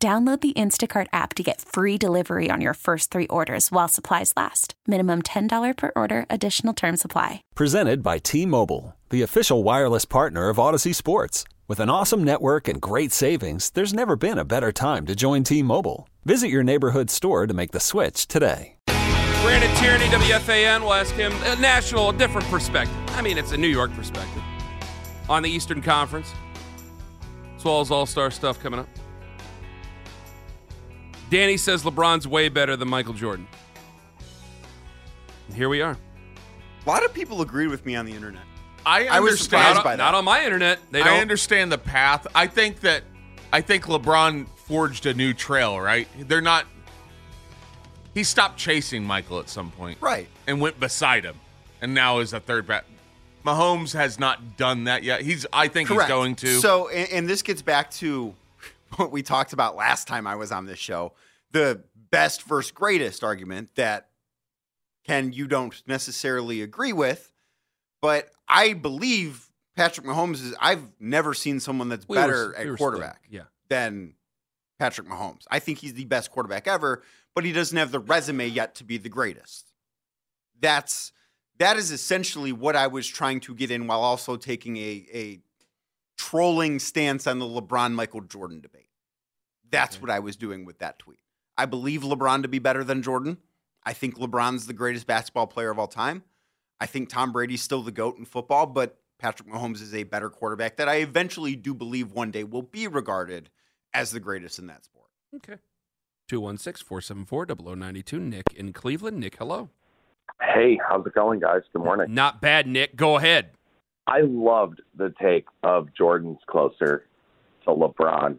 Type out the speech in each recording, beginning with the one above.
Download the Instacart app to get free delivery on your first three orders while supplies last. Minimum $10 per order, additional term supply. Presented by T Mobile, the official wireless partner of Odyssey Sports. With an awesome network and great savings, there's never been a better time to join T Mobile. Visit your neighborhood store to make the switch today. Brandon Tierney, WFAN, will ask him a national, a different perspective. I mean, it's a New York perspective on the Eastern Conference, as well as All Star stuff coming up. Danny says LeBron's way better than Michael Jordan. And here we are. A lot of people agreed with me on the internet. I I was understand. surprised Not, by not on my internet. They don't. I understand the path. I think that I think LeBron forged a new trail, right? They're not he stopped chasing Michael at some point. Right. And went beside him. And now is a third bat. Mahomes has not done that yet. He's I think he's going to So, and, and this gets back to what we talked about last time I was on this show the best versus greatest argument that Ken, you don't necessarily agree with, but I believe Patrick Mahomes is, I've never seen someone that's We were- better we were at quarterback still- yeah. than Patrick Mahomes. I think he's the best quarterback ever, but he doesn't have the resume yet to be the greatest. That's that is essentially what I was trying to get in while also taking a a trolling stance on the LeBron Michael Jordan debate. That's what I was doing with that tweet. I believe LeBron to be better than Jordan. I think LeBron's the greatest basketball player of all time. I think Tom Brady's still the GOAT in football, but Patrick Mahomes is a better quarterback that I eventually do believe one day will be regarded as the greatest in that sport. Okay. 216 474 0092. Nick in Cleveland. Nick, hello. Hey, how's it going, guys? Good morning. Not bad, Nick. Go ahead. I loved the take of Jordan's closer to LeBron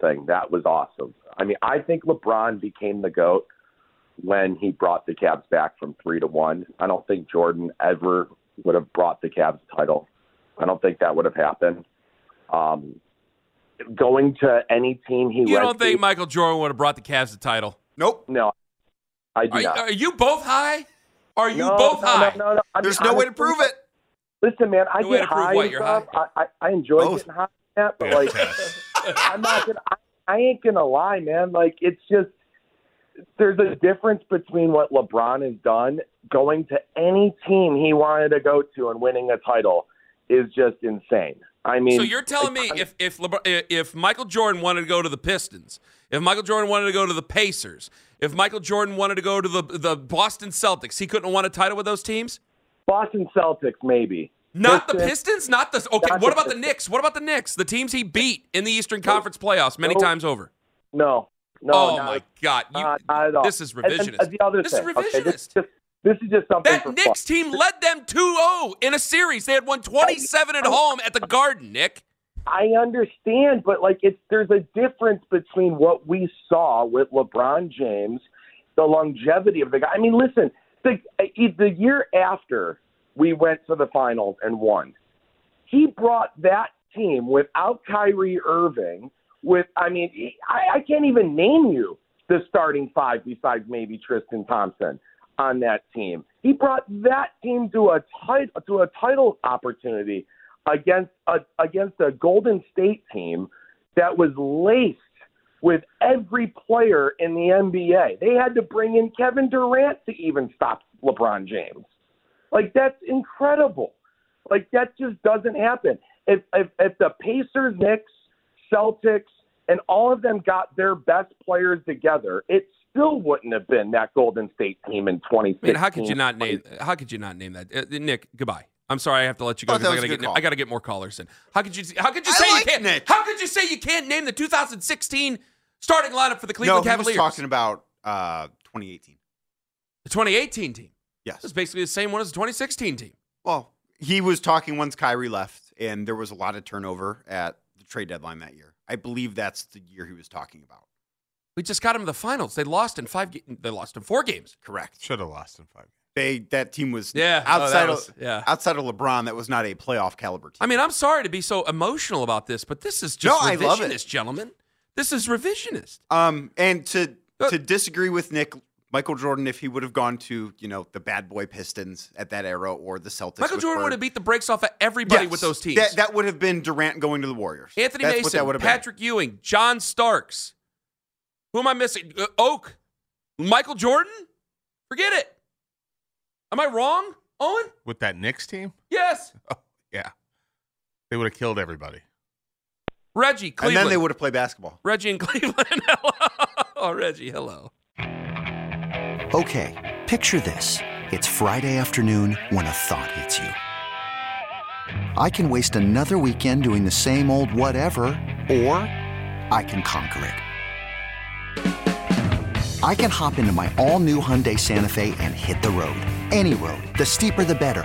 thing. That was awesome. I mean, I think LeBron became the GOAT when he brought the Cavs back from three to one. I don't think Jordan ever would have brought the Cavs title. I don't think that would have happened. Um, going to any team he You went don't think to, Michael Jordan would have brought the Cavs the title? Nope. no, I do Are, you- not. are you both high? Are you no, both no, high? No, no, no. I mean, There's no way to honestly, prove it. Listen, man, I No way get to prove high. what, and you're stuff. I, I, I enjoy Both. getting high, and that, but like, I'm not gonna. I, I ain't gonna lie, man. Like, it's just there's a difference between what LeBron has done, going to any team he wanted to go to and winning a title, is just insane. I mean, so you're telling me I- if if LeBron, i- if Michael Jordan wanted to go to the Pistons, if Michael Jordan wanted to go to the Pacers, if Michael Jordan wanted to go to the the Boston Celtics, he couldn't have won a title with those teams? Boston Celtics maybe Not the Pistons, Pistons, not the Okay, what Not the about the Pistons. Knicks? What about the Knicks? The teams he beat in the Eastern Conference playoffs many Nope. times over. No, no. oh not, my god. You, not, not at all. This is And- and- revisionist. and the other this thing, is revisionist. okay, this, is just, this is just something that for fun. Knicks team led them 2-0 in a series. They had won 27 at home at the Garden, Nick. I understand, but like it's there's a difference between what we saw with LeBron James, the longevity of the guy. I mean, listen, the eh, the year after we went to the finals and won, he brought that team without Kyrie Irving. With I mean, he- I, I can't even name you the starting five besides maybe Tristan Thompson on that team. He brought that team to a title to a title opportunity against a against a Golden State team that was laced with every player in the NBA. They had to bring in Kevin Durant to even stop LeBron James. Like that's incredible. Like that just doesn't happen. If if, if the Pacers, Knicks, Celtics, and all of them got their best players together, it still wouldn't have been that Golden State team in 2016. I mean, how could you not name? How could you not name that, Uh, Nick? Goodbye. I'm sorry, I have to let you go Oh, that because I was a gotta good get call. I gotta get more callers in. How could you? How could you I say you like can't? Nick. How could you say you can't name the 2016 starting lineup for the no, Cleveland he was Cavaliers? talking about uh, 2018. the 2018 team. It's Yes. basically the same one as the 2016 team. Well, he was talking once Kyrie left, and there was a lot of turnover at the trade deadline that year. I believe that's the year he was talking about. We just got them to the finals. They lost in five. Ga- they lost in four games. Correct. Should have lost in five. They that team was Yeah, oh, that outside was- of yeah. outside of LeBron that was not a playoff caliber team. I mean, I'm sorry to be so emotional about this, but this is No, just I revisionist, love it. gentlemen. This is revisionist. Um, and to Uh, to disagree with Nick, Michael Jordan, if he would have gone to you know the bad boy Pistons at that era or the Celtics, Michael with Jordan Bird. would have beat the brakes off of everybody Yes. with those teams. That, that would have been Durant going to the Warriors. Anthony That's what that would Mason, have been. Patrick Ewing, John Starks. Who am I missing? Uh, Oak, Michael Jordan. Forget it. Am I wrong, Owen? With that Knicks team? Yes. Yeah. They would have killed everybody. Reggie, Cleveland. And then they would have played basketball. Reggie in Cleveland. hello. Oh, Reggie, hello. Okay, picture this. It's Friday afternoon when a thought hits you. I can waste another weekend doing the same old whatever, or I can conquer it. I can hop into my all new Hyundai Santa Fe and hit the road. Any road. The steeper, the better.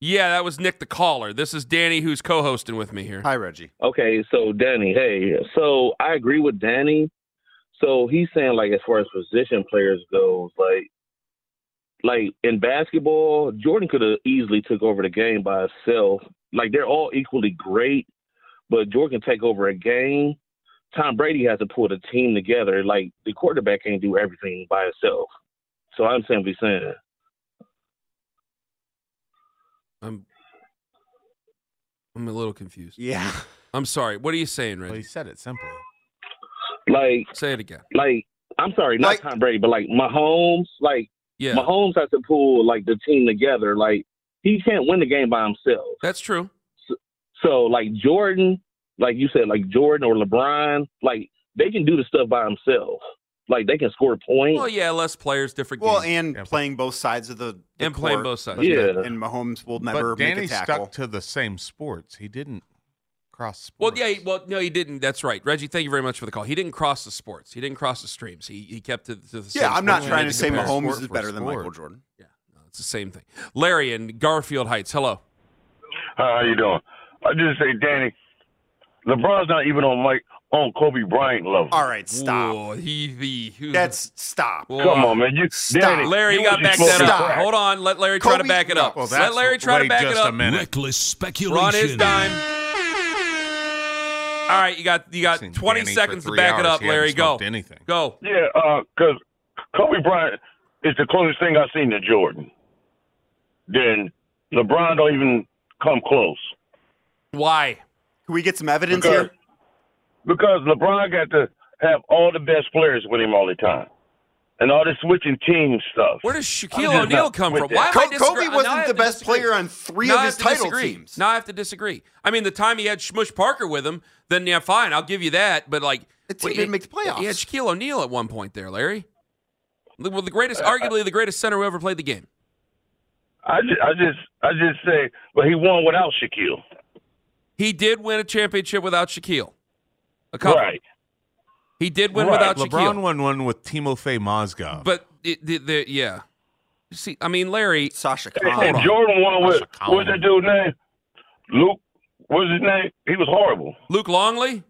Yeah, that was Nick the caller. This is Danny, who's co-hosting with me here. Hi, Reggie. Okay, so Danny, hey. So I agree with Danny. So he's saying like as far as position players goes, like like in basketball, Jordan could have easily took over the game by himself. Like they're all equally great, but Jordan can take over a game. Tom Brady has to pull the team together. Like the quarterback can't do everything by himself. So I'm simply saying. I'm, I'm a little confused. Yeah. I'm sorry. What are you saying, Well, he Reggie? said it simply. Like Say it again. like I'm sorry, not Like- Tom Brady, but like Mahomes, like Yeah, Mahomes has to pull like the team together. Like he can't win the game by himself. that's true. So like Jordan, like you said, like Jordan or LeBron, like they can do the stuff by themselves. Like they can score points. Well, yeah, less players, different Well, game. and Yeah. playing both sides of the, the And playing court. both sides. But- Yeah. And Mahomes will never but Danny make a tackle. stuck to the same sports. He didn't cross Well, sports. yeah, he- well, no, he didn't. That's right, Reggie. Thank you very much for the call. He didn't cross the sports. He didn't cross the streams. He he kept to, to the. yeah, same I'm not sports. You trying to need say compare Mahomes sport is for better than sport. Michael Jordan. Yeah, no, it's the same thing. Larry and Garfield Heights. Hello. How you doing? I just say Danny, LeBron's not even on Mike on Kobe Bryant level. All right, stop. Whoa, he the who- That's stop. Whoa. man, you Stop. Danny, Larry, you, got to back that up. Hold on, let Larry try to Kobe- back it up. Well, let Larry try to wait back just it up. a minute. Reckless Ron is speculation. dime. All right, you got you got Seen 20 Danny for seconds to three back it hours. up, He hadn't Larry. Go. smoked anything. Go. Yeah, because Kobe Bryant is the closest thing I've seen to Jordan. Then LeBron don't even come close Why? Can we get some evidence because here? because LeBron got to have all the best players with him all the time. and all the switching team stuff. Where does I'm Shaquille just O'Neal not come with from? that. Why am I Co- disagree- Kobe now I wasn't have the to best disagree. player on three Now of I have his to title disagree. teams. Now I have to disagree. I mean, the time he had Smush Parker with him, then yeah, fine, I'll give you that. But like, The team wait, didn't make the He had playoffs. Shaquille O'Neal at one point there, Larry. The- Well, the greatest, arguably the greatest center who ever played the game. Uh, I just, I just, I just say, but he won without Shaquille. He did win a championship without Shaquille. A couple. Right. He did win Right. without LeBron Shaquille. won one with Timofey Mozgov. But it, the, the, yeah, see, I mean, Larry, Sasha And, Khan. and Jordan won with That's a what's that dude's name? Luke. What's his name? He was horrible. Luke Longley.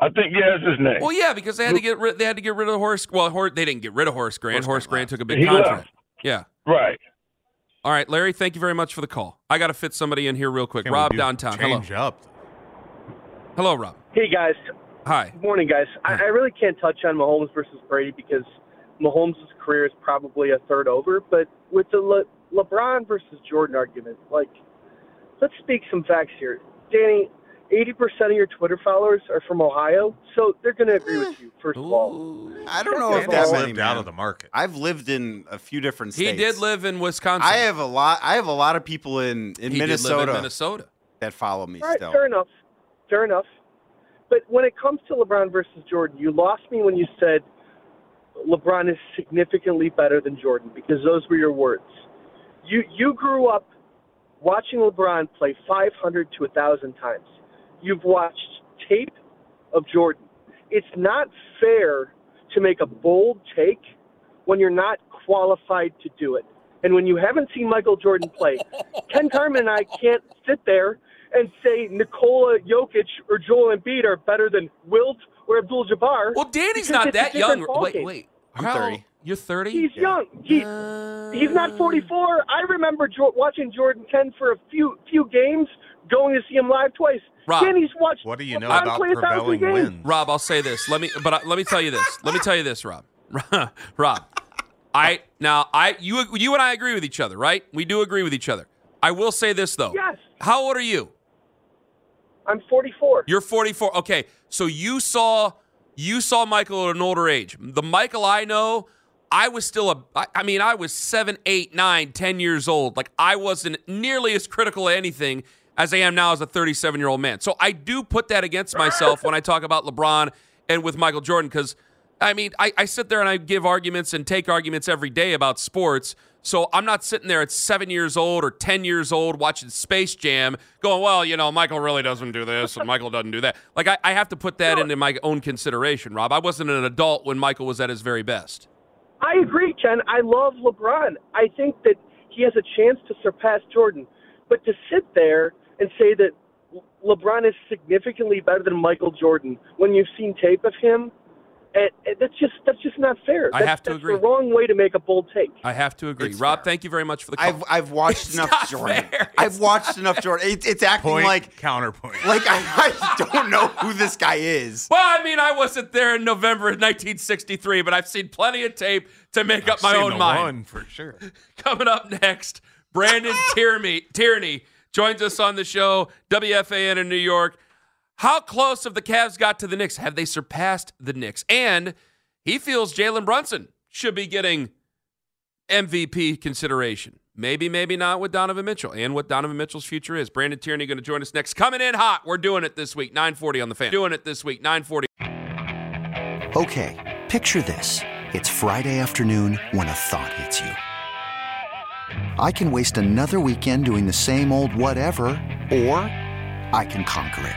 I think yeah, that's his name. Well, yeah, because they had to get rid, they had to get rid of Horace. Well, Hor- they didn't get rid of Horace Grant. Horace, Grant took a big He left. contract. Yeah. Right. All right, Larry, thank you very much for the call. I got to fit somebody in here real quick. Can we Rob do- downtown. Hello. Change up. Hello, Rob. Hey guys, Hi. morning guys. I, I really can't touch on Mahomes versus Brady because Mahomes' career is probably a third over. But with the Le- LeBron versus Jordan argument, like, let's speak some facts here. Danny, eighty percent of your Twitter followers are from Ohio, so they're going to agree with Eh. you. First of all, I don't know Well, if that many. lived out man. of the market. I've lived in a few different He states. did live in Wisconsin. I have a lot. I have a lot of people in in he Minnesota Did live in Minnesota. that follow me all right, still. fair enough, fair enough. But when it comes to LeBron versus Jordan, you lost me when you said LeBron is significantly better than Jordan because those were your words. You you grew up watching LeBron play 500 to 1,000 times. You've watched tape of Jordan. It's not fair to make a bold take when you're not qualified to do it. And when you haven't seen Michael Jordan play, Ken Carmen and I can't sit there and say Nikola Jokic or Joel Embiid are better than Wilt or Abdul Jabbar. Well, Danny's because not it's a that different young. ballgame. Wait, wait. I'm How- 30. You're 30? He's young. He's he's not Uh, 44. I remember jo- watching Jordan 10 for a few few games, going to see him live twice. Rob, Danny's watched. What do you know LeBron about play a thousand prevailing games. winds? Rob, I'll say this. Let me, but I, let me tell you this. Let me tell you this, Rob. Rob, I now I you you and I agree with each other, right? We do agree with each other. I will say this though. Yes. How old are you? I'm 44. You're 44. Okay, so you saw you saw Michael at an older age. The Michael I know, I was still a. I I mean, I was seven, eight, nine, ten years old. Like I wasn't nearly as critical of anything as I am now as a 37 year old man. So I do put that against myself when I talk about LeBron and with Michael Jordan because. I mean, I, I sit there and I give arguments and take arguments every day about sports. So I'm not sitting there at seven years old or 10 years old watching Space Jam going, well, you know, Michael really doesn't do this and Michael doesn't do that. Like, I, I have to put that into my own consideration, Rob. I wasn't an adult when Michael was at his very best. I agree, Ken. I love LeBron. I think that he has a chance to surpass Jordan. But to sit there and say that LeBron is significantly better than Michael Jordan when you've seen tape of him, and, and that's just that's just not fair. I That's- have to that's agree. the wrong way to make a bold take. I have to agree. It's Rob, fair. thank you very much for the call. I've I've watched It's enough not Jordan. fair. I've watched enough Jordan. It's it's acting Point like counterpoint. like I, I don't know who this guy is. well, I mean, I wasn't there in November of 1963, but I've seen plenty of tape to make up I've my seen own the mind. one for sure. Coming up next, Brandon Tierney, Tierney joins us on the show, WFAN in New York. How close have the Cavs got to the Knicks? Have they surpassed the Knicks? And he feels Jalen Brunson should be getting MVP consideration. Maybe, maybe not with Donovan Mitchell and what Donovan Mitchell's future is. Brandon Tierney going to join us next. Coming in hot. We're doing it this week. 940 on the fan. Doing it this week. 940. Okay, picture this. It's Friday afternoon when a thought hits you. I can waste another weekend doing the same old whatever, or I can conquer it.